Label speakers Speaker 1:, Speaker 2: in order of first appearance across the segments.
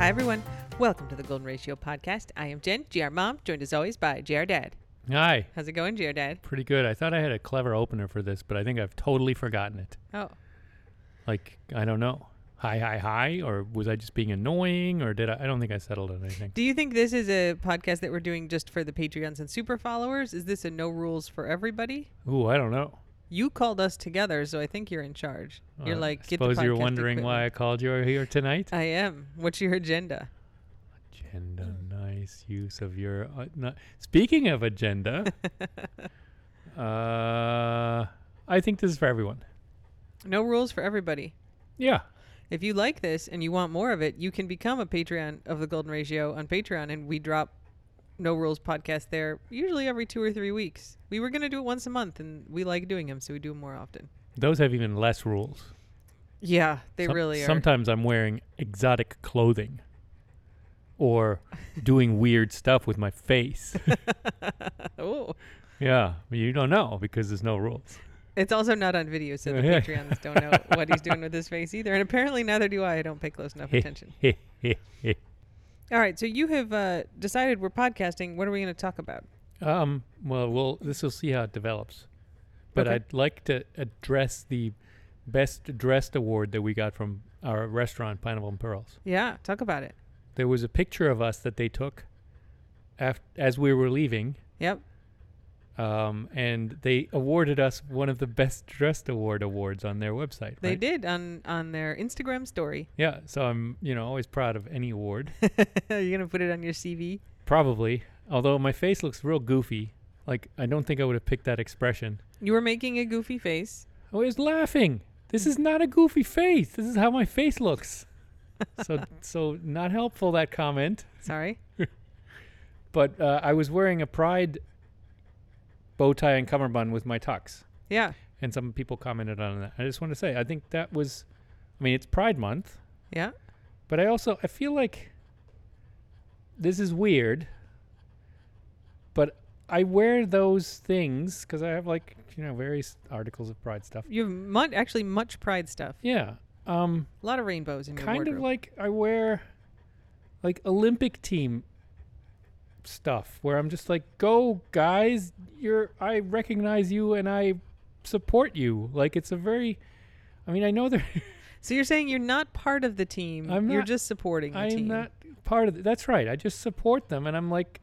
Speaker 1: everyone. Welcome to the Golden Ratio Podcast. I am Jen, GR Mom, joined as always by GR Dad.
Speaker 2: Hi.
Speaker 1: How's it going, GR Dad?
Speaker 2: Pretty good. I thought I had a clever opener for this, but I think I've totally forgotten it.
Speaker 1: Oh,
Speaker 2: Like, I don't know. Hi, hi, hi. Or was I just being annoying? Or did I? I don't think I settled on anything.
Speaker 1: do you think this is a podcast that we're doing just for the Patreons and super followers? Is this a no rules for everybody?
Speaker 2: Ooh, I don't know.
Speaker 1: You called us together, so I think you're in charge. You're
Speaker 2: Uh,
Speaker 1: like,
Speaker 2: I
Speaker 1: get the
Speaker 2: suppose you're
Speaker 1: podcast
Speaker 2: wondering why I
Speaker 1: equipment."
Speaker 2: called you here tonight.
Speaker 1: I am. What's your agenda?
Speaker 2: Agenda. Nice use of your. Uh, no- Speaking of agenda, uh, I think this is for everyone.
Speaker 1: No rules for everybody.
Speaker 2: Yeah.
Speaker 1: If you like this and you want more of it, you can become a Patreon of the Golden Ratio on Patreon, and we drop No Rules podcast there usually every two or three weeks. We were going to do it once a month, and we like doing them, so we do 'em more often.
Speaker 2: Those have even less rules.
Speaker 1: Yeah, they
Speaker 2: Some-
Speaker 1: really are.
Speaker 2: Sometimes I'm wearing exotic clothing or doing weird stuff with my face.
Speaker 1: oh,
Speaker 2: yeah, but you don't know because there's no rules.
Speaker 1: it's also not on video, so the
Speaker 2: Yeah.
Speaker 1: Patreons don't know what he's doing with his face either, and apparently neither do I. I don't pay close enough attention. All right, so you have uh, decided we're podcasting. What are we going to talk about?
Speaker 2: um, well, we'll this will see how it develops. But
Speaker 1: Okay.
Speaker 2: I'd like to address the best dressed award that we got from our restaurant Pineapple and Pearls.
Speaker 1: Yeah, talk about it.
Speaker 2: There was a picture of us that they took af- as we were leaving
Speaker 1: Yep.
Speaker 2: um, and they awarded us one of the best dressed award awards on their website.
Speaker 1: They
Speaker 2: right?
Speaker 1: did on on their Instagram story.
Speaker 2: Yeah, so I'm you know always proud of any award.
Speaker 1: You're gonna put it on your CV.
Speaker 2: Probably, although my face looks real goofy. Like I don't think I would have picked that expression.
Speaker 1: You were making a goofy face.
Speaker 2: I was laughing. This is not a goofy face. This is how my face looks. So so not helpful that comment.
Speaker 1: Sorry.
Speaker 2: But uh, I was wearing a pride bow tie and cummerbund with my tux.
Speaker 1: Yeah.
Speaker 2: and some people commented on that. I just want to say I think that was I mean it's Pride month,
Speaker 1: Yeah.
Speaker 2: but I also I feel like this is weird, but I wear those things cuz I have like, you know, various articles of pride stuff.
Speaker 1: You have mu- actually much pride stuff.
Speaker 2: Yeah. Um
Speaker 1: A lot of rainbows in your
Speaker 2: kind
Speaker 1: wardrobe.
Speaker 2: of like I wear like Olympic team stuff where I'm just like, "Go guys, you're I recognize you and I support you." Like it's a very I mean, I know there
Speaker 1: so you're saying you're not part of the team.
Speaker 2: I'm
Speaker 1: you're
Speaker 2: not-
Speaker 1: just supporting the
Speaker 2: I am
Speaker 1: team.
Speaker 2: not part of. Th- that's right. I just support them, and I'm like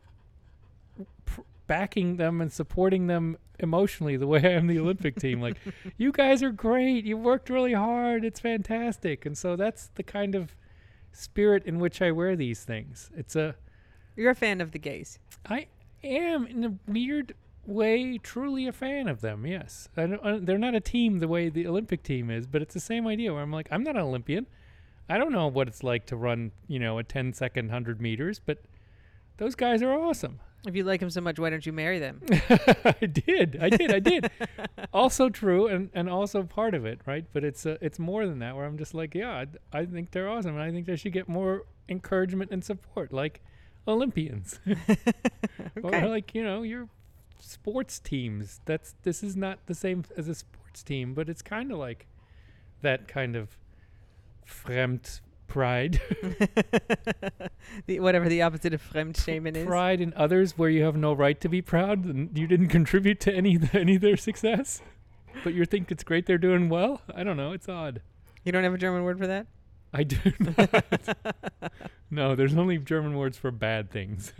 Speaker 2: pr- backing them and supporting them emotionally the way I am the Olympic team. Like, you guys are great. You worked really hard. It's fantastic. And so that's the kind of spirit in which I wear these things. It's a
Speaker 1: You're a fan of the gays.
Speaker 2: I am in a weird way truly a fan of them. Yes, I don't, I don't- they're not a team the way the Olympic team is, but it's the same idea where I'm like, I'm not an Olympian. I don't know what it's like to run, you know, a 10 second 100 meters, but those guys are awesome.
Speaker 1: If you like them so much, why don't you marry them?
Speaker 2: I did. I did. I did. also true and, and also part of it, right? But it's uh, it's more than that where I'm just like, yeah, I, I think they're awesome and I think they should get more encouragement and support like Olympians.
Speaker 1: Okay.
Speaker 2: Or like, you know, your sports teams. That's this is not the same as a sports team, but it's kind of like that kind of fremd pride,
Speaker 1: the, whatever the opposite of fremdschämen is.
Speaker 2: pride in others where you have no right to be proud and you didn't contribute to any any of their success. But you think it's great they're doing well? I don't know. It's odd.
Speaker 1: You don't have a German word for that?
Speaker 2: I do not. no, there's only German words for bad things.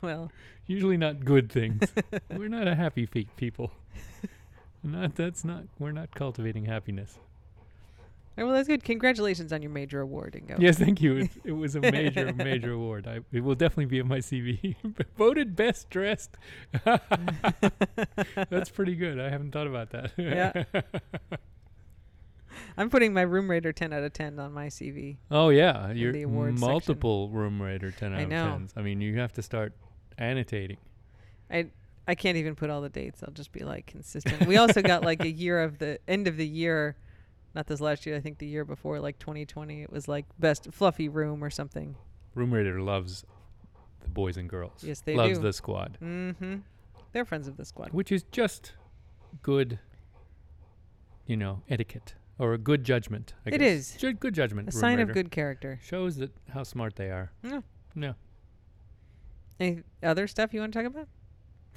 Speaker 1: Well,
Speaker 2: usually not good things. we're not a happy feet people. Not that's not we're not cultivating happiness.
Speaker 1: oh, well, that's good. Congratulations on your major award, Ingo.
Speaker 2: Yes, thank you. It, it was a major major award. I, it will definitely be in my CV. Voted best dressed. that's pretty good. I haven't thought about that.
Speaker 1: Yeah. I'm putting my Room Raider 10 out of 10 on my CV.
Speaker 2: oh yeah, you're
Speaker 1: the awards section.
Speaker 2: multiple room raider ten out
Speaker 1: I
Speaker 2: of
Speaker 1: know.
Speaker 2: tens. I mean, you have to start annotating.
Speaker 1: I I can't even put all the dates. I'll just be like consistent. We also got like a year of the end of the year, not this last year. I think the year before, like 2020. It was like best fluffy room or something.
Speaker 2: Room raider loves the boys and girls.
Speaker 1: Yes, they
Speaker 2: loves
Speaker 1: do.
Speaker 2: the squad.
Speaker 1: Mm-hmm. They're friends of the squad.
Speaker 2: which is just good you know etiquette or a good judgment. I
Speaker 1: It
Speaker 2: guess.
Speaker 1: is.
Speaker 2: Ju- good judgment.
Speaker 1: A
Speaker 2: Room
Speaker 1: sign of
Speaker 2: Raider.
Speaker 1: good character.
Speaker 2: shows that how smart they are.
Speaker 1: Yeah.
Speaker 2: No.
Speaker 1: Any other stuff you want to talk about?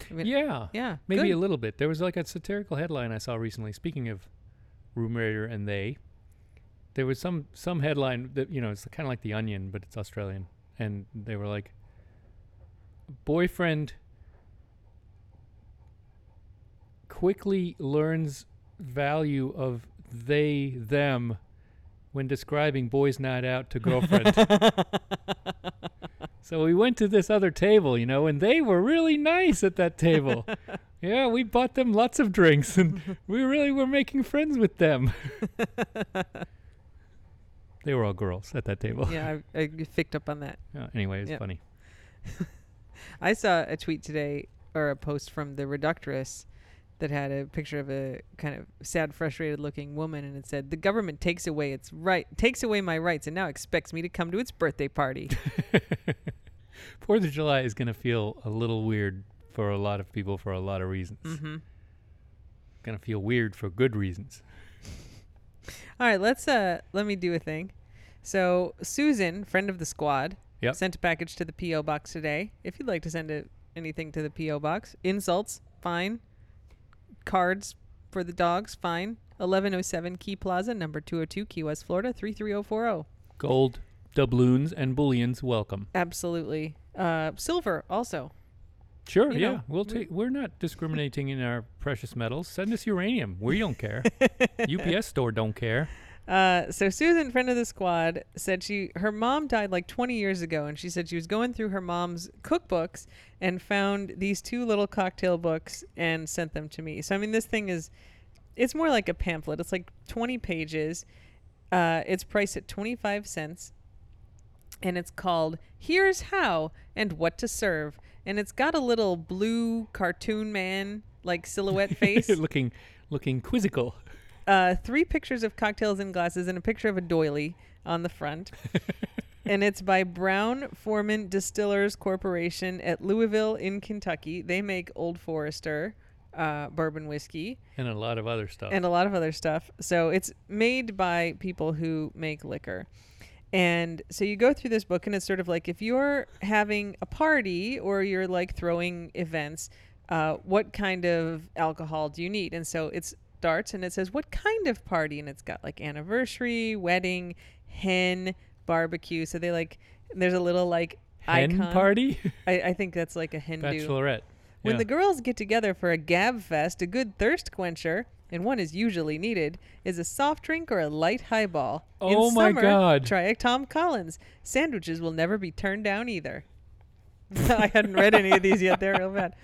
Speaker 1: I mean,
Speaker 2: yeah.
Speaker 1: Yeah.
Speaker 2: Maybe
Speaker 1: good.
Speaker 2: a little bit. There was like a satirical headline I saw recently. Speaking of Room Raider and they, there was some some headline that you know it's kind of like The Onion, but it's Australian, and they were like, boyfriend quickly learns value of they them when describing boys night out to girlfriend. So we went to this other table, you know, and they were really nice at that table. yeah, we bought them lots of drinks and we really were making friends with them. they were all girls at that table.
Speaker 1: yeah, I, I picked up on that.
Speaker 2: Uh, anyway, it's
Speaker 1: Yeah.
Speaker 2: funny.
Speaker 1: I saw a tweet today or a post from the Reductress that had a picture of a kind of sad, frustrated looking woman and it said, The government takes away its right takes away my rights and now expects me to come to its birthday party.
Speaker 2: Fourth of July is going to feel a little weird for a lot of people for a lot of reasons.
Speaker 1: mm-hmm.
Speaker 2: Going to feel weird for good reasons.
Speaker 1: All right, let's uh let me do a thing. So Susan, friend of the squad,
Speaker 2: Yep.
Speaker 1: sent a package to the PO box today. If you'd like to send a, anything to the PO box, insults, fine. Cards for the dogs, fine. 1107 Key Plaza, number 202, Key West, Florida 33040.
Speaker 2: Gold, doubloons, and bullions, welcome.
Speaker 1: Absolutely. Uh, silver also.
Speaker 2: Sure,
Speaker 1: You
Speaker 2: yeah.
Speaker 1: know,
Speaker 2: we'll
Speaker 1: we-
Speaker 2: take we're not discriminating in our precious metals. Send us uranium. We don't care. UPS store don't care.
Speaker 1: Uh, so Susan, friend of the squad, said she her mom died like 20 years ago, and she said she was going through her mom's cookbooks and found these two little cocktail books and sent them to me. So I mean, this thing is it's more like a pamphlet. It's like 20 pages. Uh, it's priced at 25 cents, and it's called "Here's How and What to Serve," and it's got a little blue cartoon man like silhouette face
Speaker 2: looking looking quizzical.
Speaker 1: uh, three pictures of cocktails in glasses and a picture of a doily on the front. and it's by Brown Foreman Distillers Corporation at Louisville in Kentucky. They make Old Forester uh, bourbon whiskey
Speaker 2: And a lot of other stuff.
Speaker 1: and a lot of other stuff. So it's made by people who make liquor. And so you go through this book, and it's sort of like if you're having a party or you're like throwing events, uh, what kind of alcohol do you need? And so it starts and it says, What kind of party? And it's got like anniversary, wedding, hen, barbecue. So they like, there's a little like
Speaker 2: Hen
Speaker 1: icon.
Speaker 2: party?
Speaker 1: I, I think that's like a Hindu.
Speaker 2: Bachelorette.
Speaker 1: When
Speaker 2: Yeah.
Speaker 1: the girls get together for a gab fest, a good thirst quencher, and one is usually needed, is a soft drink or a light highball.
Speaker 2: Oh
Speaker 1: In
Speaker 2: my
Speaker 1: summer,
Speaker 2: God.
Speaker 1: Try a Tom Collins. Sandwiches will never be turned down either. I hadn't read any of these yet. They're real bad.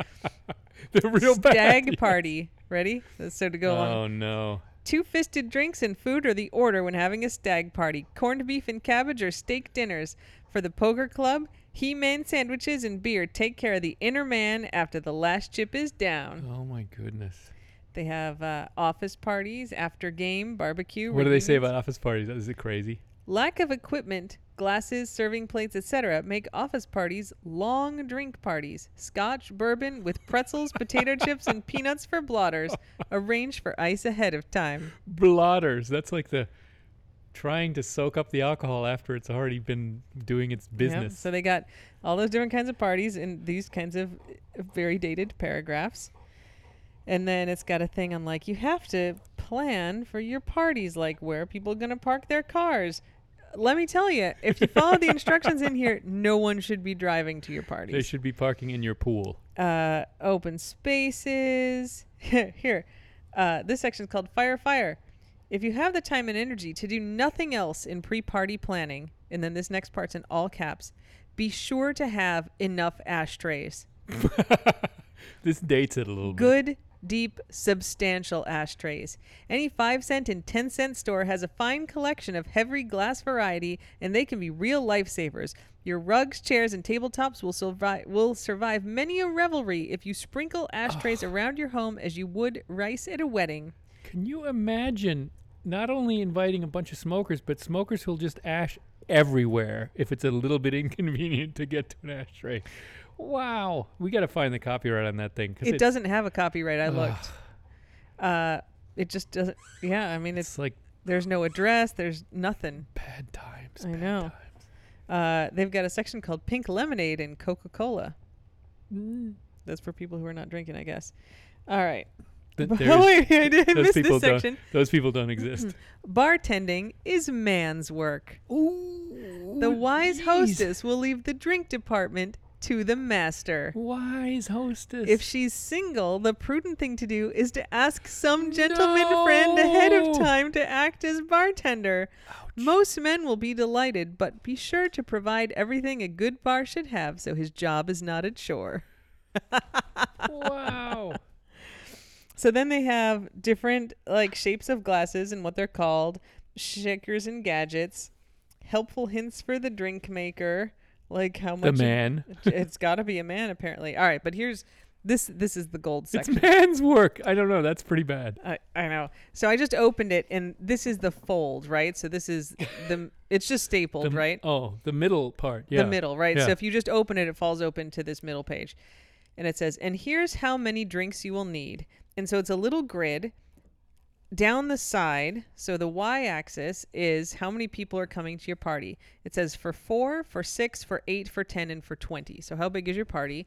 Speaker 2: the real
Speaker 1: Stag
Speaker 2: bad.
Speaker 1: party. Ready? That's So to go along.
Speaker 2: Oh no.
Speaker 1: Two fisted drinks and food are the order when having a stag party corned beef and cabbage or steak dinners. For the poker club, He Man sandwiches and beer take care of the inner man after the last chip is down.
Speaker 2: Oh my goodness.
Speaker 1: They have uh, office parties, after game, barbecue.
Speaker 2: What do they say
Speaker 1: reunions.
Speaker 2: about office parties? Is it crazy?
Speaker 1: Lack of equipment, glasses, serving plates, etc., make office parties long drink parties. Scotch, bourbon with pretzels, potato chips, and peanuts for blotters. Arrange for ice ahead of time.
Speaker 2: Blotters. That's like the trying to soak up the alcohol after it's already been doing its
Speaker 1: Yeah,
Speaker 2: business.
Speaker 1: So they got all those different kinds of parties and these kinds of uh, very dated paragraphs. And then it's got a thing on like you have to plan for your parties, like where are people going to park their cars. Let me tell you, if you follow the instructions in here, no one should be driving to your
Speaker 2: They
Speaker 1: parties.
Speaker 2: should be parking in your pool.
Speaker 1: Uh, open spaces. here, uh, this section is called Fire Fire. If you have the time and energy to do nothing else in pre party planning, and then this next part's in all caps, be sure to have enough ashtrays.
Speaker 2: This dates it a little bit.
Speaker 1: Good, deep, substantial ashtrays. Any 5 cent and 10 cent store has a fine collection of heavy glass variety, and they can be real lifesavers. Your rugs, chairs, and tabletops will survive, will survive many a revelry if you sprinkle ashtrays around your home as you would rice at a wedding.
Speaker 2: Can you imagine not only inviting a bunch of smokers, but smokers who'll just ash everywhere if it's a little bit inconvenient to get to an ashtray? Wow. We got to find the copyright on that thing. 'cause
Speaker 1: It
Speaker 2: it's-
Speaker 1: doesn't have a copyright. I looked. Uh, it just doesn't. Yeah, I mean, it's
Speaker 2: It's like
Speaker 1: There's no address. There's nothing.
Speaker 2: Bad times.
Speaker 1: I
Speaker 2: bad
Speaker 1: know.
Speaker 2: Times.
Speaker 1: Uh, they've got a section called Pink Lemonade and Coca Cola.
Speaker 2: Mm.
Speaker 1: That's for people who are not drinking, I guess. All right.
Speaker 2: Th-
Speaker 1: Oh,
Speaker 2: there's-
Speaker 1: wait, I did
Speaker 2: those
Speaker 1: miss
Speaker 2: people
Speaker 1: this
Speaker 2: don't-
Speaker 1: section.
Speaker 2: Those people don't exist.
Speaker 1: Bartending is man's work.
Speaker 2: Ooh.
Speaker 1: Mm-hmm. The wise
Speaker 2: Oh, jeez.
Speaker 1: hostess will leave the drink department to the master.
Speaker 2: Wise hostess.
Speaker 1: If she's single, the prudent thing to do is to ask some gentleman friend ahead
Speaker 2: No.
Speaker 1: of time to act as bartender. Most men will be delighted, but be sure to provide everything a good bar should have so his job is not at shore.
Speaker 2: wow.
Speaker 1: So then they have different like shapes of glasses and what they're called, shakers and gadgets, helpful hints for the drink maker, like how
Speaker 2: The
Speaker 1: much
Speaker 2: man.
Speaker 1: it's got to be a man apparently. All right, but here's this this is the gold
Speaker 2: It's
Speaker 1: section.
Speaker 2: man's work. I don't know. That's pretty bad.
Speaker 1: I, I know. So I just opened it, and this is the fold, right? So this is the it's just
Speaker 2: The,
Speaker 1: stapled, right?
Speaker 2: Oh, the middle part. Yeah.
Speaker 1: The middle, right? So
Speaker 2: Yeah.
Speaker 1: if you just open it, it falls open to this middle page, and it says, "And here's how many drinks you will need." And so it's a little grid down the side. So the y-axis is how many people are coming to your party. It says for four, for six, for eight, for ten, and for twenty. So how big is your party?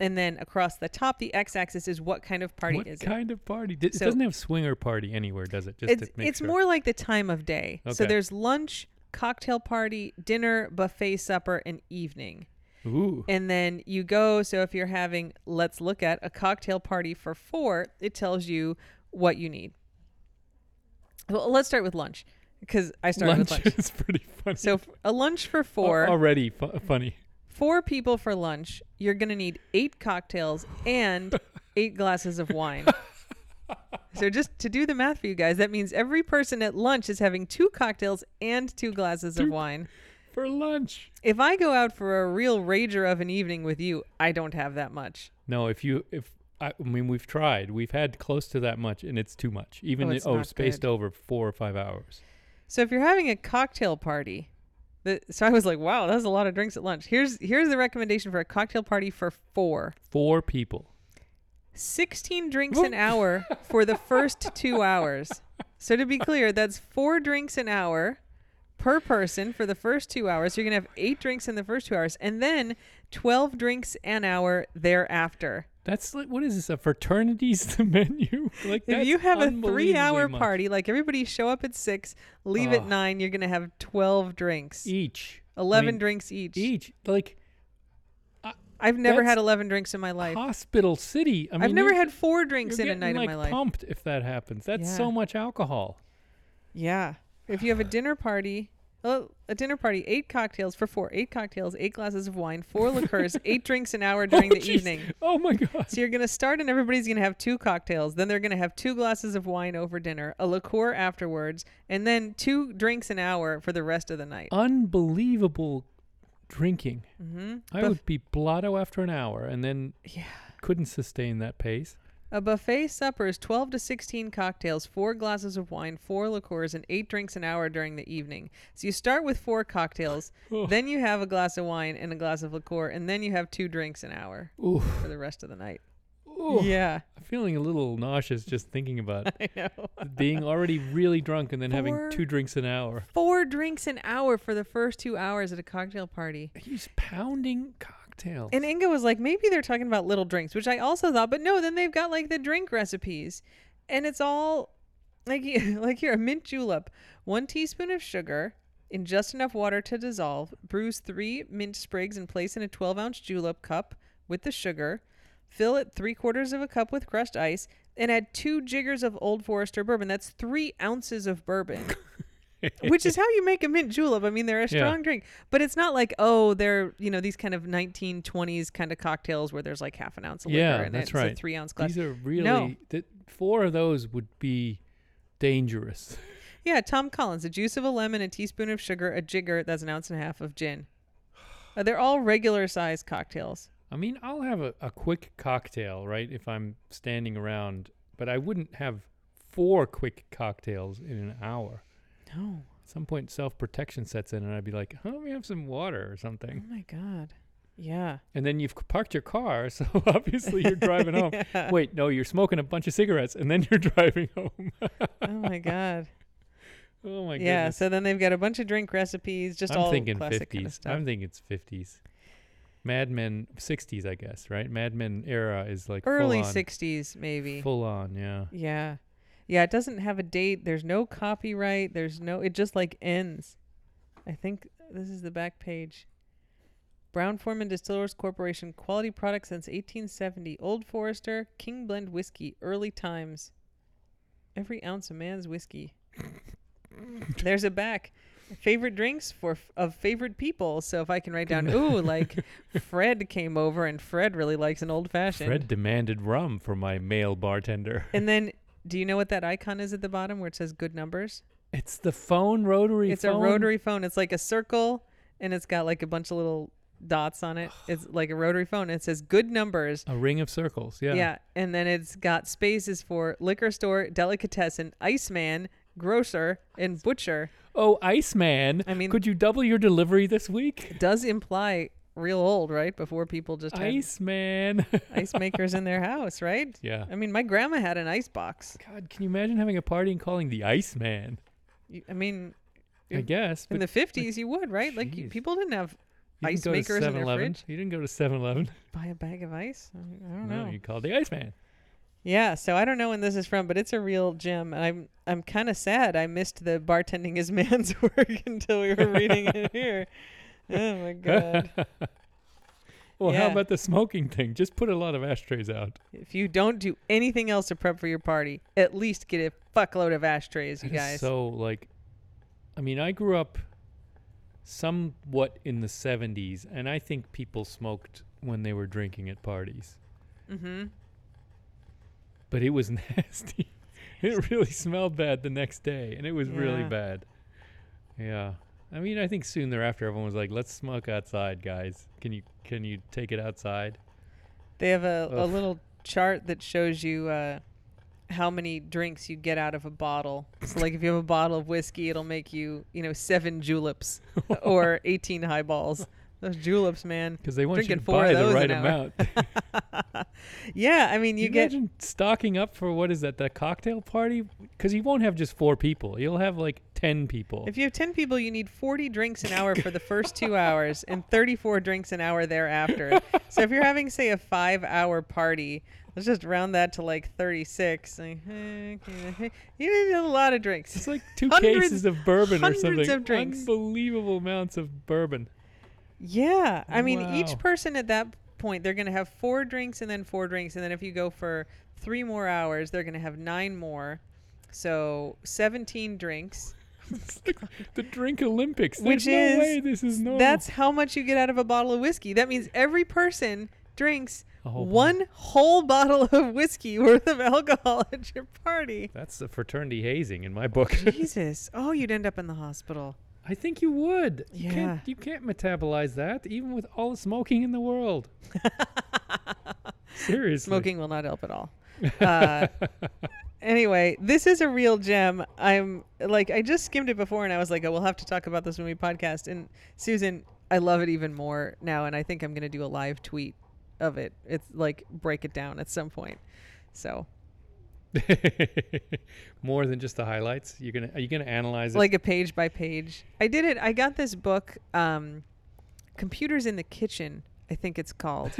Speaker 1: And then across the top, the x-axis is what kind of party
Speaker 2: What
Speaker 1: is it?
Speaker 2: kind of party? Did,
Speaker 1: So-
Speaker 2: it doesn't have swinger party anywhere, does it? Just
Speaker 1: it's
Speaker 2: to make
Speaker 1: it's
Speaker 2: sure.
Speaker 1: more like the time of day. So
Speaker 2: Okay.
Speaker 1: there's lunch, cocktail party, dinner, buffet, supper, and evening.
Speaker 2: Ooh.
Speaker 1: And then you go. So if you're having, let's look at a cocktail party for four, it tells you what you need. Well, let's start with lunch because I started
Speaker 2: Lunch,
Speaker 1: with lunch.
Speaker 2: is Oh, pretty funny.
Speaker 1: So f- a lunch for
Speaker 2: Al-
Speaker 1: four,
Speaker 2: already fu- funny.
Speaker 1: four people for lunch. You're gonna need eight cocktails and eight glasses of wine. So just to do the math for you guys, that means every person at lunch is having two cocktails and two glasses of
Speaker 2: Two-
Speaker 1: wine.
Speaker 2: For lunch.
Speaker 1: If I go out for a real rager of an evening with you, I don't have that much.
Speaker 2: No, if you if I, I mean we've tried, we've had close to that much, and it's too much. Even
Speaker 1: Oh,
Speaker 2: i-
Speaker 1: it's
Speaker 2: oh
Speaker 1: not
Speaker 2: spaced
Speaker 1: good.
Speaker 2: over four or five hours.
Speaker 1: So if you're having a cocktail party, the, so I was like, wow, that's a lot of drinks at lunch. Here's here's the recommendation for a cocktail party for four.
Speaker 2: Four people.
Speaker 1: 16 drinks an hour for the first two hours. So to be clear, that's four drinks an hour per person for the first two hours. So you're going to have eight drinks in the first two hours and then 12 drinks an hour thereafter.
Speaker 2: That's like what is this? A fraternity's menu? Like
Speaker 1: If
Speaker 2: that's
Speaker 1: you have a
Speaker 2: unbelievably
Speaker 1: three hour
Speaker 2: much.
Speaker 1: party, like everybody show up at six, leave
Speaker 2: Ugh.
Speaker 1: at nine, you're going to have 12 drinks,
Speaker 2: each, I
Speaker 1: 11
Speaker 2: mean,
Speaker 1: drinks each.
Speaker 2: each, like
Speaker 1: I've never
Speaker 2: That's-
Speaker 1: had 11 drinks in my life.
Speaker 2: hospital city. I mean,
Speaker 1: I've never
Speaker 2: you're-
Speaker 1: had four
Speaker 2: you're
Speaker 1: drinks in a
Speaker 2: getting,
Speaker 1: night
Speaker 2: like
Speaker 1: in my life.
Speaker 2: pumped if that happens. That's so
Speaker 1: Yeah.
Speaker 2: much alcohol.
Speaker 1: Yeah. If you have a dinner party, well, a dinner party, eight cocktails for four, eight cocktails, eight glasses of wine, four liqueurs, eight drinks an hour during
Speaker 2: oh,
Speaker 1: the
Speaker 2: jeez.
Speaker 1: evening.
Speaker 2: Oh my god.
Speaker 1: So you're going to start and everybody's going to have two cocktails. Then they're going to have two glasses of wine over dinner, a liqueur afterwards, and then two drinks an hour for the rest of the night.
Speaker 2: Unbelievable drinking.
Speaker 1: hmm
Speaker 2: I
Speaker 1: Buff-
Speaker 2: would be blotto after an hour and then
Speaker 1: Yeah.
Speaker 2: couldn't sustain that pace.
Speaker 1: A buffet supper is 12 to 16 cocktails, four glasses of wine, four liqueurs, and eight drinks an hour during the evening. So you start with four cocktails,
Speaker 2: Oh.
Speaker 1: then you have a glass of wine and a glass of liqueur, and then you have two drinks an hour
Speaker 2: Ooh.
Speaker 1: for the rest of the night.
Speaker 2: Ooh.
Speaker 1: Yeah,
Speaker 2: I'm feeling a little nauseous just thinking about
Speaker 1: I know.
Speaker 2: being already really drunk and then having
Speaker 1: Four-
Speaker 2: two drinks an hour.
Speaker 1: Four drinks an hour for the first two hours at a cocktail party.
Speaker 2: He's pounding cocktails.
Speaker 1: And Inga was like, maybe they're talking about little drinks, which I also thought, but no, then they've got like the drink recipes. And it's all like like here, a mint julep, one teaspoon of sugar in just enough water to dissolve, bruise three mint sprigs and place in a twelve ounce julep cup with the sugar, fill it three quarters of a cup with crushed ice, and add two jiggers of old forester bourbon. That's three ounces of bourbon. Which is how you make a mint julep. I mean, they're a
Speaker 2: Yeah.
Speaker 1: strong drink, but it's not like oh, they're you know these kind of 1920s kind of cocktails where there's like half an ounce of
Speaker 2: Yeah,
Speaker 1: liquor in
Speaker 2: that's
Speaker 1: it. It's a
Speaker 2: right.
Speaker 1: three ounce glass.
Speaker 2: These are really
Speaker 1: No.
Speaker 2: th- four of those would be dangerous.
Speaker 1: Yeah, Tom Collins, the juice of a lemon, a teaspoon of sugar, a jigger, that's an ounce and a half of gin. Uh, they're all regular size cocktails.
Speaker 2: I mean, I'll have a, a quick cocktail, right, if I'm standing around, but I wouldn't have four quick cocktails in an hour.
Speaker 1: No,
Speaker 2: At some point, self protection sets in, and I'd be like, "Huh, let me have some water or
Speaker 1: oh
Speaker 2: something.
Speaker 1: my god, yeah.
Speaker 2: And then you've c- parked your car, so obviously you're driving home.
Speaker 1: Yeah.
Speaker 2: Wait, no, you're smoking a bunch of cigarettes, and then you're driving home.
Speaker 1: Oh my god.
Speaker 2: Oh my
Speaker 1: yeah.
Speaker 2: goodness.
Speaker 1: So then they've got a bunch of drink recipes, just
Speaker 2: I'm
Speaker 1: all
Speaker 2: thinking
Speaker 1: classic
Speaker 2: 50s.
Speaker 1: kind of stuff.
Speaker 2: I'm thinking it's 50s. Mad Men 60s, I guess, right? Mad Men era is like
Speaker 1: Early
Speaker 2: full on,
Speaker 1: 60s, maybe.
Speaker 2: Full on, yeah.
Speaker 1: Yeah. Yeah, it doesn't have a date. There's no copyright. There's no it just like ends. I think this is the back page. Brown Forman Distillers Corporation quality product since 1870. Old Forester King Blend whiskey early times. Every ounce a man's whiskey. There's a back. Favorite drinks for f- of favorite people. So if I can write down, ooh, like Fred came over and Fred really likes an old fashioned.
Speaker 2: Fred demanded rum from my male bartender.
Speaker 1: And then, do you know what that icon is at the bottom where it says good numbers?
Speaker 2: It's the phone rotary
Speaker 1: it's
Speaker 2: phone.
Speaker 1: a rotary phone. It's like a circle and it's got like a bunch of little dots on it. It's like a rotary phone. It says good numbers.
Speaker 2: A ring of circles, yeah.
Speaker 1: Yeah. And then it's got spaces for liquor store, delicatessen, iceman, grocer, and butcher.
Speaker 2: Oh, Iceman.
Speaker 1: I mean-
Speaker 2: could you double your delivery this week?
Speaker 1: It does imply real old, right? Before people just had
Speaker 2: Iceman.
Speaker 1: ice makers in their house, right?
Speaker 2: yeah.
Speaker 1: I mean, my grandma had an ice box.
Speaker 2: God, can you imagine having a party and calling the Iceman?
Speaker 1: You- I mean,
Speaker 2: I
Speaker 1: Yeah.
Speaker 2: guess.
Speaker 1: in
Speaker 2: But
Speaker 1: the 50s, you would, right? Like, you-
Speaker 2: Jeez.
Speaker 1: people didn't have
Speaker 2: you
Speaker 1: ice
Speaker 2: didn't go to
Speaker 1: makers in their
Speaker 2: 7-Eleven.
Speaker 1: fridge.
Speaker 2: You didn't go to 7 Eleven.
Speaker 1: buy a bag of ice? I I don't know.
Speaker 2: No, you called the Iceman.
Speaker 1: yeah, so I don't know when this is from, but it's a real gem, and I'm I'm kind of sad I missed the bartending is man's work until we were reading it here. Oh my god!
Speaker 2: Well,
Speaker 1: Yeah.
Speaker 2: how about the smoking thing? Just put a lot of ashtrays out.
Speaker 1: if you don't do anything else to prep for your party, at least get a fuckload of ashtrays, you
Speaker 2: That is
Speaker 1: guys.
Speaker 2: So, like, I mean, I grew up somewhat in the 70s, and I think people smoked when they were drinking at parties,
Speaker 1: mm-hmm.
Speaker 2: but it was nasty. it really smelled bad the next day, and it was really
Speaker 1: Yeah.
Speaker 2: bad. Yeah. I mean, I think soon thereafter everyone was like, "Let's smoke outside, guys. Can you can you take it outside?"
Speaker 1: They have a, a
Speaker 2: Oof.
Speaker 1: little chart that shows you uh, how many drinks you get out of a bottle. So, like, if you have a bottle of whiskey, it'll make you, you know, seven juleps or 18 highballs. Those juleps, man.
Speaker 2: Because they want
Speaker 1: Drinking
Speaker 2: you to
Speaker 1: four of
Speaker 2: buy
Speaker 1: those
Speaker 2: the
Speaker 1: an
Speaker 2: right
Speaker 1: hour.
Speaker 2: amount.
Speaker 1: Yeah, I mean, you,
Speaker 2: you
Speaker 1: get.
Speaker 2: imagine stocking up for what is that the cocktail party because you won't have just four people you'll have like 10 people
Speaker 1: If you have 10 people, you need 40 drinks an hour for the first two hours and 34 drinks an hour thereafter. so if you're having, say, a five hour party, let's just round that to like 36. Like, You need a lot of drinks.
Speaker 2: it's like two
Speaker 1: hundreds-
Speaker 2: cases of bourbon or
Speaker 1: hundreds
Speaker 2: something
Speaker 1: of drinks.
Speaker 2: unbelievable amounts of bourbon
Speaker 1: Yeah. I mean,
Speaker 2: Wow.
Speaker 1: each person at that point, they're going to have four drinks and then four drinks. And then if you go for three more hours, they're going to have nine more. So 17 drinks.
Speaker 2: It's like the drink olympics
Speaker 1: Which
Speaker 2: there's no
Speaker 1: is-
Speaker 2: way this is normal
Speaker 1: That's how much you get out of a bottle of whiskey. That means every person drinks
Speaker 2: A whole
Speaker 1: one whole bottle of whiskey worth of alcohol at your party.
Speaker 2: that's the fraternity hazing in my book
Speaker 1: Jesus. Oh, you'd end up in the hospital.
Speaker 2: i think you would you
Speaker 1: Yeah.
Speaker 2: can't you can't metabolize that even with all the smoking in the world seriously
Speaker 1: Smoking will not help at all. Uh, anyway, this is a real gem. I'm like, I just skimmed it before and I was like, oh, we'll have to talk about this when we podcast. And Susan, I love it even more now. And I think I'm going to do a live tweet of it. It's like, break it down at some point. So,
Speaker 2: more than just the highlights you're gonna are you gonna analyze it
Speaker 1: like a page by page. I did it. I got this book, um, Computers in the Kitchen, I think it's called.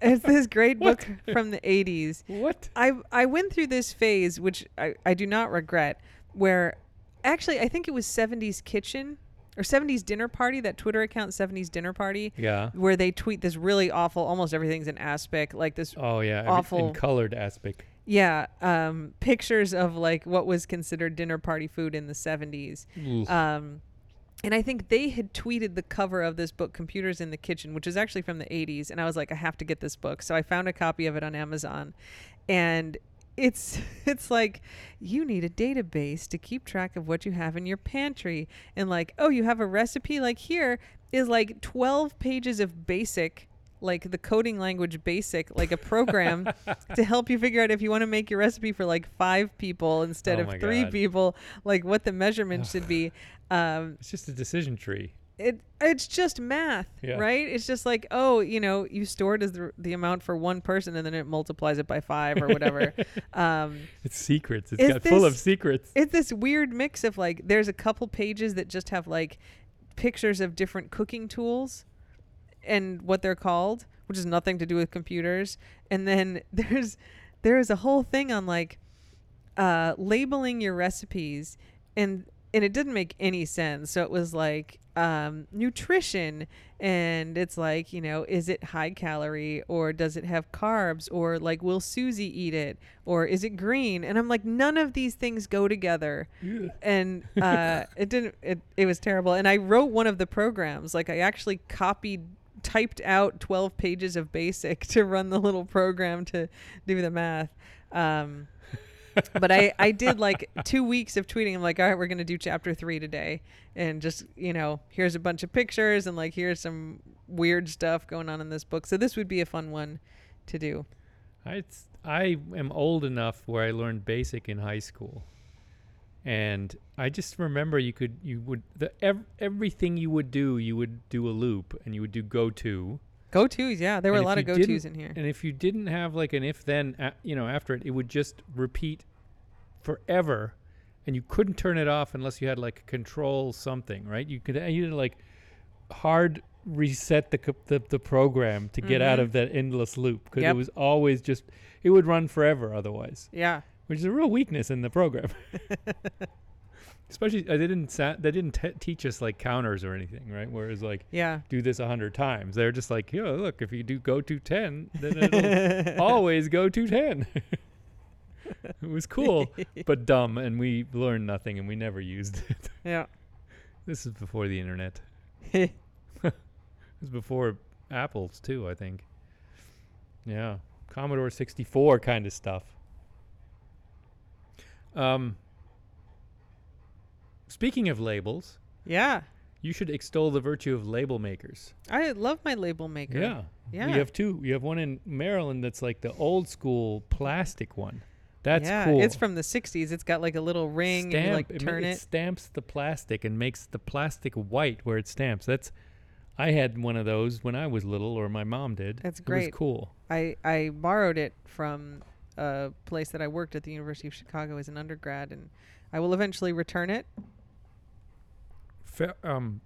Speaker 1: it's this great book from the 80s.
Speaker 2: what
Speaker 1: I I went through this phase, which I, I do not regret, where actually I think it was 70s Kitchen or 70s Dinner Party, that Twitter account 70s Dinner Party,
Speaker 2: Yeah.
Speaker 1: where they tweet this really awful, almost everything's an aspect, like this
Speaker 2: Oh yeah. every-
Speaker 1: awful-
Speaker 2: In colored aspect.
Speaker 1: yeah, um, pictures of like what was considered dinner party food in the 70s.
Speaker 2: Oof.
Speaker 1: Um, and I think they had tweeted the cover of this book, Computers in the Kitchen, which is actually from the 80s. And I was like, I have to get this book. So I found a copy of it on Amazon. And it's it's like you need a database to keep track of what you have in your pantry and like oh you have a recipe like here is like 12 pages of basic like the coding language basic like a program to help you figure out if you want to make your recipe for like five people instead
Speaker 2: Oh my
Speaker 1: of three
Speaker 2: God.
Speaker 1: people like what the measurement should be um
Speaker 2: It's just a decision tree.
Speaker 1: it it's just math,
Speaker 2: Yeah.
Speaker 1: right? It's just like, oh, you know, you store it as the, the amount for one person, and then it multiplies it by five or whatever. um,
Speaker 2: It's secrets. It's
Speaker 1: Is
Speaker 2: got full of
Speaker 1: this-
Speaker 2: secrets.
Speaker 1: it's this weird mix of like, there's a couple pages that just have like pictures of different cooking tools and what they're called, which is nothing to do with computers. And then there's there is a whole thing on like uh, labeling your recipes and and it didn't make any sense so it was like um, nutrition and it's like you know is it high calorie or does it have carbs or like will susie eat it or is it green and i'm like none of these things go together and uh, it didn't it, it was terrible and i wrote one of the programs like i actually copied typed out 12 pages of basic to run the little program to do the math um, but I, I did like two weeks of tweeting. I'm like, all right, we're gonna do chapter three today, and just you know, here's a bunch of pictures and like here's some weird stuff going on in this book. So this would be a fun one to do.
Speaker 2: I, it's, I am old enough where I learned basic in high school, and I just remember you could you would the ev- everything you would do you would do a loop and you would do go to.
Speaker 1: Go tos, yeah. There were
Speaker 2: And
Speaker 1: a
Speaker 2: if
Speaker 1: lot
Speaker 2: you
Speaker 1: of go tos in
Speaker 2: didn't-
Speaker 1: here.
Speaker 2: And if you didn't have like an if then a you know after it, it would just repeat forever, and you couldn't turn it off unless you had like control something right. You could you had to, like hard reset the co- the, the program to get out
Speaker 1: Mhm.
Speaker 2: of that endless loop because
Speaker 1: Yep.
Speaker 2: it was always just it would run forever otherwise,
Speaker 1: Yeah,
Speaker 2: which is a real weakness in the program. Especially uh, they didn't sa- they didn't te- teach us like counters or anything right. Whereas like
Speaker 1: yeah.
Speaker 2: do this a hundred times. They're just like, yeah, look, if you do go to ten, then it'll always go to ten. it was cool, but dumb, and we learned nothing, and we never used it.
Speaker 1: Yeah.
Speaker 2: this is before the internet. This is before apples too, I think. Yeah, Commodore sixty four kind of stuff. Um. Speaking of labels,
Speaker 1: yeah.
Speaker 2: you should extol the virtue of label makers.
Speaker 1: I love my label maker.
Speaker 2: Yeah.
Speaker 1: Yeah.
Speaker 2: You have two. You have one in Maryland that's like the old school plastic one. That's
Speaker 1: yeah.
Speaker 2: cool.
Speaker 1: It's from the '60s. It's got like a little ring. And you, like
Speaker 2: ma-
Speaker 1: turn it.
Speaker 2: stamps the plastic and makes the plastic white where it stamps. That's I had one of those when I was little or my mom did.
Speaker 1: That's
Speaker 2: It
Speaker 1: great.
Speaker 2: was cool.
Speaker 1: I, I borrowed it from a place that I worked at the University of Chicago as an undergrad, and I will eventually return it.
Speaker 2: Fe- um,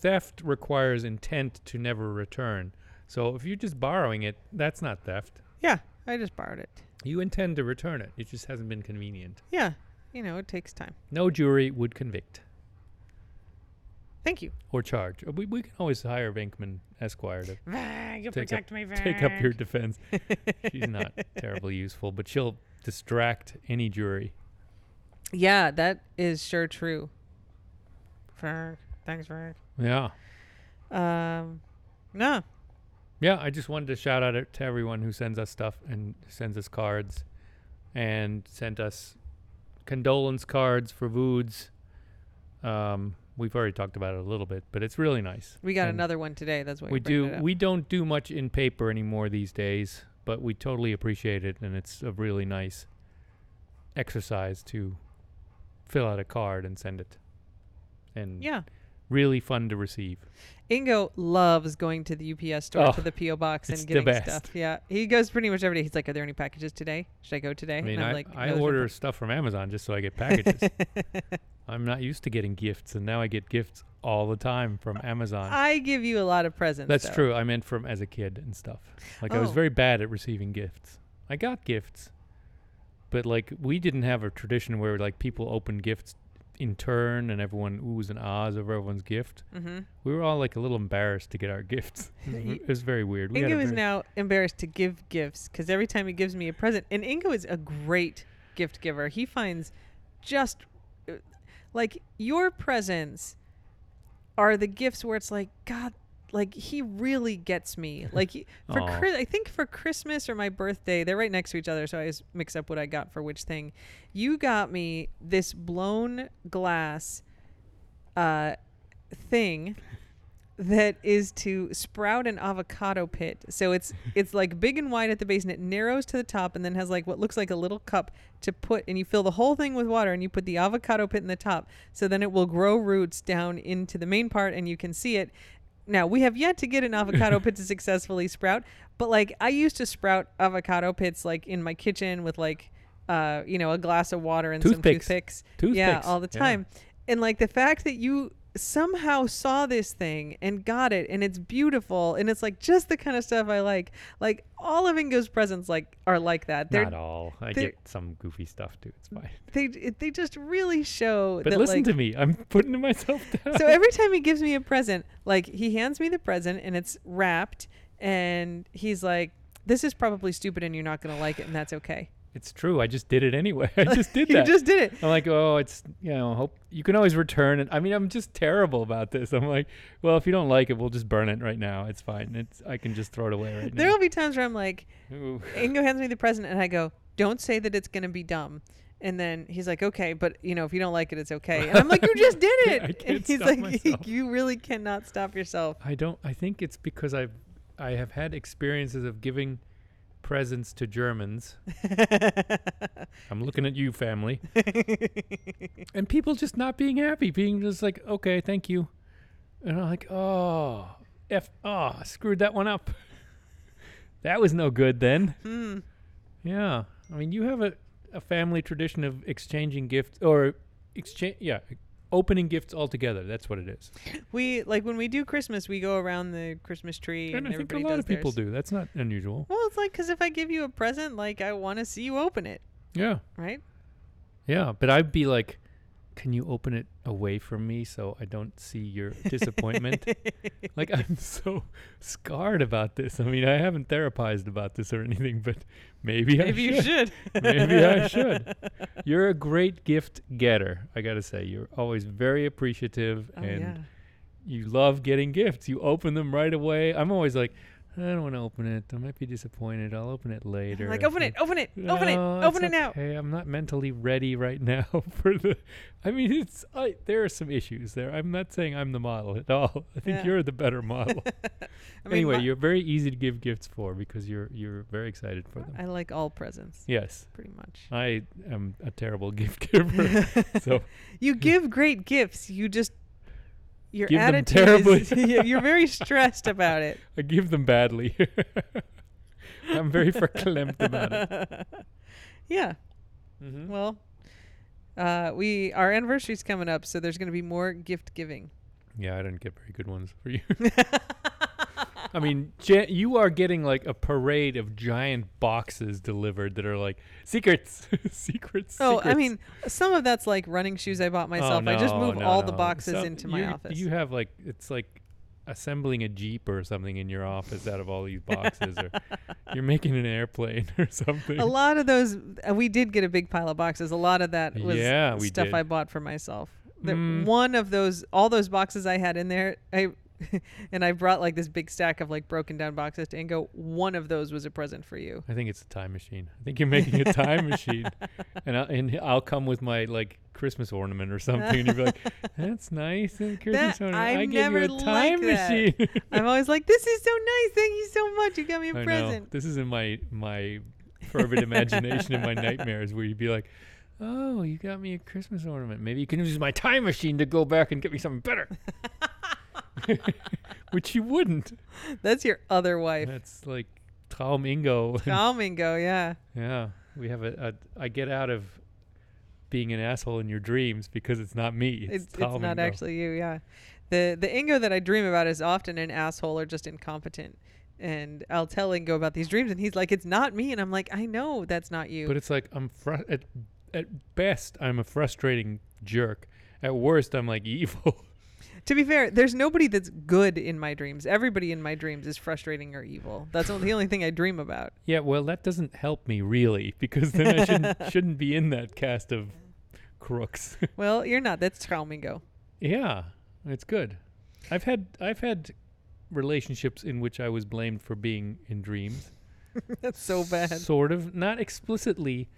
Speaker 2: theft requires intent to never return. So if you're just borrowing it, that's not theft.
Speaker 1: Yeah, I just borrowed it.
Speaker 2: You intend to return it. It just hasn't been convenient.
Speaker 1: Yeah, you know, it takes time.
Speaker 2: No jury would convict.
Speaker 1: Thank you.
Speaker 2: or charge. Uh, We, we can always hire Venkman Esquire to
Speaker 1: you
Speaker 2: Take up- protect take up your defense. She's not terribly useful, but she'll distract any jury.
Speaker 1: Yeah, that is sure true. Frank, thanks, Frank.
Speaker 2: Yeah.
Speaker 1: Um, no,
Speaker 2: Yeah, I just wanted to shout out to everyone who sends us stuff and sends us cards and sent us condolence cards for Voods. Um, we've already talked about it a little bit, but it's really nice.
Speaker 1: we got
Speaker 2: And
Speaker 1: another one today. That's why
Speaker 2: We
Speaker 1: you bring
Speaker 2: do.
Speaker 1: It up.
Speaker 2: We don't do much in paper anymore these days, but we totally appreciate it, and it's a really nice exercise to fill out a card and send it. And
Speaker 1: yeah.
Speaker 2: really fun to receive.
Speaker 1: Ingo loves going to the UPS store
Speaker 2: Oh,
Speaker 1: to the PO box
Speaker 2: it's
Speaker 1: and
Speaker 2: the
Speaker 1: getting
Speaker 2: best.
Speaker 1: stuff. Yeah, he goes pretty much every day. He's like, "Are there any packages today? Should I go today?"
Speaker 2: I mean,
Speaker 1: and
Speaker 2: I,
Speaker 1: like,
Speaker 2: I
Speaker 1: "No, there's no
Speaker 2: order stuff from Amazon just so I get packages. I'm not used to getting gifts, and now I get gifts all the time from Amazon.
Speaker 1: I give you a lot of presents.
Speaker 2: That's
Speaker 1: though.
Speaker 2: true. I meant from as a kid and stuff. Like I was
Speaker 1: Oh.
Speaker 2: very bad at receiving gifts. I got gifts, but like we didn't have a tradition where like people opened gifts in turn and everyone oohs and ahs over everyone's gift.
Speaker 1: Mm-hmm.
Speaker 2: We were all like a little embarrassed to get our gifts. It was,
Speaker 1: Y-
Speaker 2: v- it was very weird. We had
Speaker 1: Ingo
Speaker 2: a
Speaker 1: is
Speaker 2: very-
Speaker 1: now embarrassed to give gifts because every time he gives me a present, and Ingo is a great gift giver. He finds just uh, like your presents are the gifts where it's like God, like he really gets me. Like he- for
Speaker 2: Aw.
Speaker 1: Chris, I think for Christmas or my birthday, they're right next to each other, so I always mix up what I got for which thing. You got me this blown glass uh, thing that is to sprout an avocado pit. So it's it's like big and wide at the base and it narrows to the top and then has like what looks like a little cup to put and you fill the whole thing with water and you put the avocado pit in the top. So then it will grow roots down into the main part and you can see it. Now, we have yet to get an avocado pit to successfully sprout, but like I used to sprout avocado pits like in my kitchen with like uh, you know, a glass of water and
Speaker 2: Toothpicks.
Speaker 1: some toothpicks. Yeah,
Speaker 2: Toothpicks,
Speaker 1: all the
Speaker 2: yeah.
Speaker 1: time. And like the fact that you somehow saw this thing and got it and it's beautiful and it's like just the kind of stuff I like. Like all of Ingo's presents like are like that. They're
Speaker 2: Not all. I
Speaker 1: they're-
Speaker 2: get some goofy stuff too. It's fine.
Speaker 1: they it- they just really show
Speaker 2: But
Speaker 1: that
Speaker 2: listen
Speaker 1: like
Speaker 2: to me. I'm putting myself down.
Speaker 1: so every time he gives me a present, like he hands me the present and it's wrapped and he's like this is probably stupid and you're not going to like it and that's okay.
Speaker 2: it's true. I just did it anyway. I just did
Speaker 1: you
Speaker 2: that.
Speaker 1: just did it.
Speaker 2: I'm like, oh, it's you know, hope you can always return it. I mean, I'm just terrible about this. I'm like, well, if you don't like it, we'll just burn it right now. It's fine. It's I can just throw it away right
Speaker 1: There'll be times where I'm like
Speaker 2: now. Ooh.
Speaker 1: Ingo hands me the present, and I go, "Don't say that it's gonna be dumb." And then he's like, "Okay, but you know, if you don't like it, it's okay." And I'm like, "You just did it!"
Speaker 2: I can't
Speaker 1: and he's
Speaker 2: stop
Speaker 1: like,
Speaker 2: myself.
Speaker 1: "You really cannot stop yourself."
Speaker 2: I don't. I think it's because I've I have had experiences of giving presents to Germans. I'm looking at you, family, and people just not being happy, being just like, okay, thank you, and I'm like, oh, f, oh, screwed that one up. That was no good then.
Speaker 1: Hmm.
Speaker 2: Yeah, I mean, you have a a family tradition of exchanging gifts or exchange, yeah, opening gifts altogether. That's what it is.
Speaker 1: We like when we do Christmas, we go around the Christmas tree, and,
Speaker 2: and I think a
Speaker 1: everybody
Speaker 2: lot
Speaker 1: does
Speaker 2: of people
Speaker 1: theirs.
Speaker 2: do. That's not unusual.
Speaker 1: Well, it's like because if I give you a present, like I want to see you open it,
Speaker 2: Yeah.
Speaker 1: right?
Speaker 2: Yeah, but I'd be like, can you open it away from me so I don't see your disappointment? like, I'm so scarred about this. I mean, I haven't therapized about this or anything, but maybe,
Speaker 1: Maybe
Speaker 2: I
Speaker 1: you
Speaker 2: should.
Speaker 1: should.
Speaker 2: maybe I should. You're a great gift getter. I got to say, you're always very appreciative
Speaker 1: Oh,
Speaker 2: and
Speaker 1: yeah.
Speaker 2: you love getting gifts. You open them right away. I'm always like, I don't want to open it. I might be disappointed. I'll open it later.
Speaker 1: I'm like, open
Speaker 2: Like,
Speaker 1: it, open it, open it,
Speaker 2: no,
Speaker 1: open it
Speaker 2: it's
Speaker 1: now.
Speaker 2: Okay, I'm not mentally ready right now for the. I mean, it's I, there are some issues there. I'm not saying I'm the model at all. I think
Speaker 1: Yeah.
Speaker 2: you're the better model.
Speaker 1: I mean,
Speaker 2: anyway,
Speaker 1: my-
Speaker 2: you're very easy to give gifts for because you're you're very excited for them.
Speaker 1: I like all presents,
Speaker 2: yes,
Speaker 1: pretty much.
Speaker 2: I am a terrible gift giver. so
Speaker 1: You give great gifts. You just your
Speaker 2: Give them
Speaker 1: attitude is
Speaker 2: terribly.
Speaker 1: yeah, you're very stressed about it.
Speaker 2: I give them badly. I'm very verklempt about it.
Speaker 1: yeah.
Speaker 2: Mm-hmm.
Speaker 1: Well, uh, we our anniversary's coming up, so there's going to be more gift giving.
Speaker 2: Yeah, I didn't get very good ones for you. I mean, ja you are getting like a parade of giant boxes delivered that are like secrets, secrets.
Speaker 1: Oh, I
Speaker 2: secrets."
Speaker 1: mean, some of that's like running shoes I bought
Speaker 2: Oh,
Speaker 1: myself. I just
Speaker 2: no,
Speaker 1: move
Speaker 2: no,
Speaker 1: all the
Speaker 2: no.
Speaker 1: boxes
Speaker 2: Some-
Speaker 1: into my
Speaker 2: you-
Speaker 1: office.
Speaker 2: You have like it's like assembling a jeep or something in your office out of all these boxes, or you're making an airplane or something.
Speaker 1: a lot of those uh, we did get a big pile of boxes. A lot of that was
Speaker 2: Yeah, we
Speaker 1: stuff
Speaker 2: did.
Speaker 1: I bought for myself. The,
Speaker 2: Mm.
Speaker 1: One of those, all those boxes I had in there, I and I brought like this big stack of like broken down boxes to Ingo. One of those was a present for you.
Speaker 2: I think it's a time machine. I think you're making a time machine, and I'll, and I'll come with my like Christmas ornament or something, and you'll be like, "That's nice." And Christmas ornament.
Speaker 1: I
Speaker 2: gave
Speaker 1: never
Speaker 2: you a
Speaker 1: like
Speaker 2: time
Speaker 1: that.
Speaker 2: machine.
Speaker 1: I'm always like, this is so nice. Thank you so much. You got me a
Speaker 2: I Know.
Speaker 1: present.
Speaker 2: This is in my my fervid imagination and my nightmares where you'd be like, "Oh, you got me a Christmas ornament. Maybe you can use my time machine to go back and get me something better." Which you wouldn't.
Speaker 1: That's your other wife,
Speaker 2: That's like Traum Ingo.
Speaker 1: Tom Ingo. Yeah.
Speaker 2: yeah, we have a, a. I get out of being an asshole in your dreams because it's not me.
Speaker 1: It's,
Speaker 2: It's,
Speaker 1: it's
Speaker 2: Traum
Speaker 1: not
Speaker 2: Ingo.
Speaker 1: actually you, yeah. The the Ingo that I dream about is often an asshole or just incompetent. And I'll tell Ingo about these dreams and he's like, It's not me and I'm like, I know that's not you.
Speaker 2: But it's like I'm fru- at at best I'm a frustrating jerk. At worst I'm like evil.
Speaker 1: to be fair, there's nobody that's good in my dreams. Everybody in my dreams is frustrating or evil. That's the only thing I dream about.
Speaker 2: Yeah, well, that doesn't help me really because then I shouldn't shouldn't be in that cast of crooks.
Speaker 1: Well, you're not. That's Traumingo.
Speaker 2: yeah, it's good. I've had I've had relationships in which I was blamed for being in dreams.
Speaker 1: That's so bad.
Speaker 2: Sort of, not explicitly,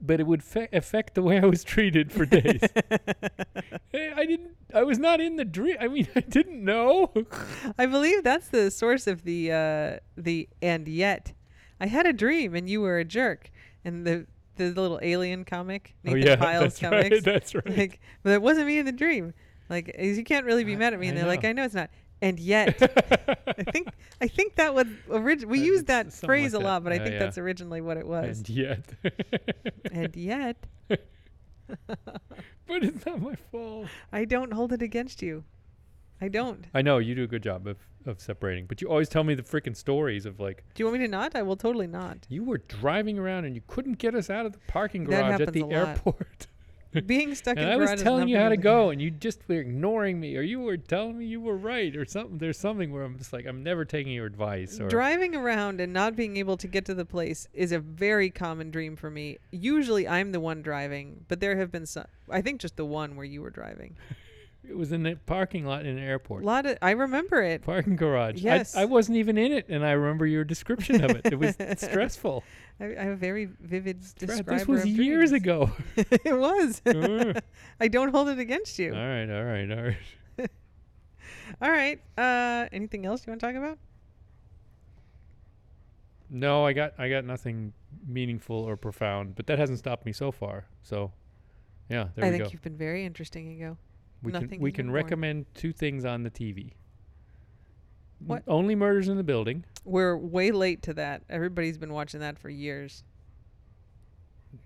Speaker 2: but it would fa- affect the way I was treated for days. Eh, I didn't. I was not in the dream. I mean, I didn't know.
Speaker 1: I believe that's the source of the uh, the and yet. I had a dream and you were a jerk. And the the little alien comic, Nathan Piles
Speaker 2: Oh, that's right.
Speaker 1: comics.
Speaker 2: That's right.
Speaker 1: Like, but it wasn't me in the dream. Like is- you can't really be mad at me.
Speaker 2: I
Speaker 1: And they're like,
Speaker 2: know.
Speaker 1: I know it's not. And yet, I think I think that was original. We
Speaker 2: Uh,
Speaker 1: use
Speaker 2: it's
Speaker 1: that
Speaker 2: something
Speaker 1: phrase
Speaker 2: like
Speaker 1: a
Speaker 2: that.
Speaker 1: lot, but I
Speaker 2: Yeah,
Speaker 1: think
Speaker 2: yeah.
Speaker 1: that's originally what it was.
Speaker 2: and yet,
Speaker 1: and yet,
Speaker 2: but it's not my fault.
Speaker 1: I don't hold it against you. I don't.
Speaker 2: I know you do a good job of of separating, but you always tell me the freaking stories of like
Speaker 1: Do you want me to not? I will totally not.
Speaker 2: you were driving around and you couldn't get us out of the parking
Speaker 1: That
Speaker 2: garage at
Speaker 1: happens
Speaker 2: the
Speaker 1: a lot.
Speaker 2: airport.
Speaker 1: Being stuck
Speaker 2: and
Speaker 1: in
Speaker 2: I
Speaker 1: the garage
Speaker 2: was
Speaker 1: is
Speaker 2: telling you
Speaker 1: nothing
Speaker 2: how to
Speaker 1: other-
Speaker 2: go, and you just were ignoring me, or you were telling me you were right, or something. There's something where I'm just like, I'm never taking your advice. Or
Speaker 1: Driving around and not being able to get to the place is a very common dream for me. Usually I'm the one driving, but there have been some I think just the one where you were driving.
Speaker 2: it was in the parking lot in an airport,
Speaker 1: lot of I remember it.
Speaker 2: parking garage. I-
Speaker 1: Yes.
Speaker 2: I, wasn't even in it, and I remember your description of it. It was stressful.
Speaker 1: I, I have a very vivid
Speaker 2: Brad,
Speaker 1: describer
Speaker 2: this was
Speaker 1: of
Speaker 2: years
Speaker 1: dreams.
Speaker 2: ago.
Speaker 1: it was.
Speaker 2: Ugh.
Speaker 1: I don't hold it against
Speaker 2: all
Speaker 1: you.
Speaker 2: right, all right, all right.
Speaker 1: All right. Uh anything else you want to talk about?
Speaker 2: No, I got I got nothing meaningful or profound, but that hasn't stopped me so far. So, yeah, there
Speaker 1: I
Speaker 2: we
Speaker 1: think
Speaker 2: go.
Speaker 1: you've been very interesting, Ego.
Speaker 2: We
Speaker 1: nothing
Speaker 2: can we
Speaker 1: is
Speaker 2: can
Speaker 1: more boring.
Speaker 2: recommend two things on the TV. M-
Speaker 1: What?
Speaker 2: Only murders in the building.
Speaker 1: We're way late to that. Everybody's been watching that for years.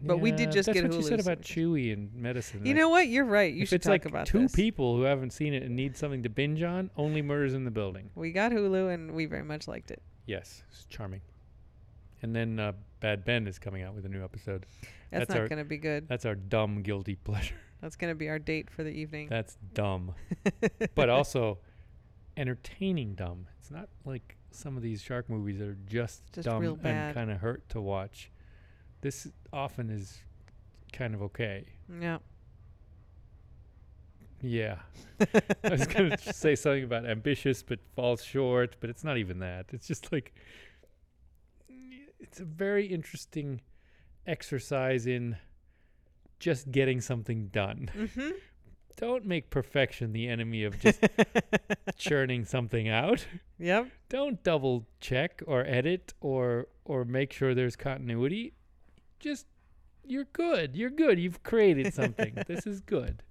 Speaker 1: But we did
Speaker 2: Yeah,
Speaker 1: just
Speaker 2: that's
Speaker 1: get
Speaker 2: what you said
Speaker 1: Hulu, so
Speaker 2: about
Speaker 1: we
Speaker 2: Chewy and medicine.
Speaker 1: You
Speaker 2: like,
Speaker 1: know what? You're right. You
Speaker 2: if
Speaker 1: should
Speaker 2: it's
Speaker 1: talk
Speaker 2: like
Speaker 1: about
Speaker 2: two
Speaker 1: this.
Speaker 2: people who haven't seen it and need something to binge on. Only murders in the building.
Speaker 1: We got Hulu and we very much liked it.
Speaker 2: Yes, it's charming. And then uh, Bad Ben is coming out with a new episode.
Speaker 1: That's,
Speaker 2: That's
Speaker 1: not
Speaker 2: our-
Speaker 1: going to be good.
Speaker 2: That's our dumb guilty pleasure.
Speaker 1: That's going to be our date for the evening.
Speaker 2: That's dumb, but also entertaining dumb. It's not like some of these shark movies that are just,
Speaker 1: Just
Speaker 2: dumb
Speaker 1: real bad.
Speaker 2: and kind of hurt to watch. This often is kind of okay.
Speaker 1: yeah.
Speaker 2: Yeah. I was going to say something about ambitious but falls short, but it's not even that. It's just like it's a very interesting exercise in just getting something done.
Speaker 1: Mhm.
Speaker 2: Don't make perfection the enemy of just churning something out.
Speaker 1: Yep.
Speaker 2: Don't double check or edit or or make sure there's continuity. Just you're good. You're good. You've created something. this is good.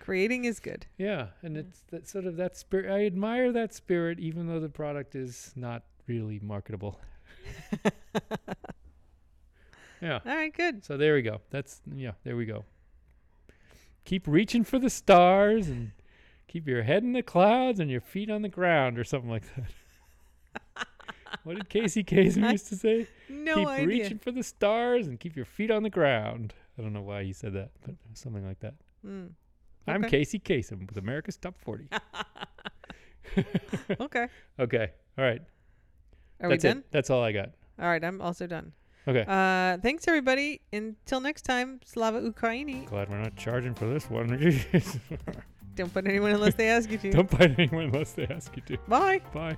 Speaker 1: Creating is good.
Speaker 2: Yeah, and
Speaker 1: Yeah.
Speaker 2: it's that sort of that spirit. I admire that spirit, even though the product is not really marketable. yeah.
Speaker 1: All right, good.
Speaker 2: So there we go. That's yeah. There we go. Keep reaching for the stars and keep your head in the clouds and your feet on the ground, or something like that. what did Casey Kasem
Speaker 1: I-
Speaker 2: used to say?
Speaker 1: No
Speaker 2: keep
Speaker 1: idea.
Speaker 2: reaching for the stars and keep your feet on the ground. I don't know why he said that, but something like that.
Speaker 1: Mm.
Speaker 2: I'm
Speaker 1: Okay.
Speaker 2: Casey Kasem with America's Top 40.
Speaker 1: Okay.
Speaker 2: Okay. All right.
Speaker 1: Are
Speaker 2: That's
Speaker 1: we done?
Speaker 2: It. That's all I got.
Speaker 1: All right, I'm also done.
Speaker 2: Okay.
Speaker 1: Uh, thanks everybody. Until next time, Slava Ukraini.
Speaker 2: Glad we're not charging for this one.
Speaker 1: Don't put anyone unless they ask you to.
Speaker 2: Don't bite anyone unless they ask you to.
Speaker 1: Bye.
Speaker 2: Bye.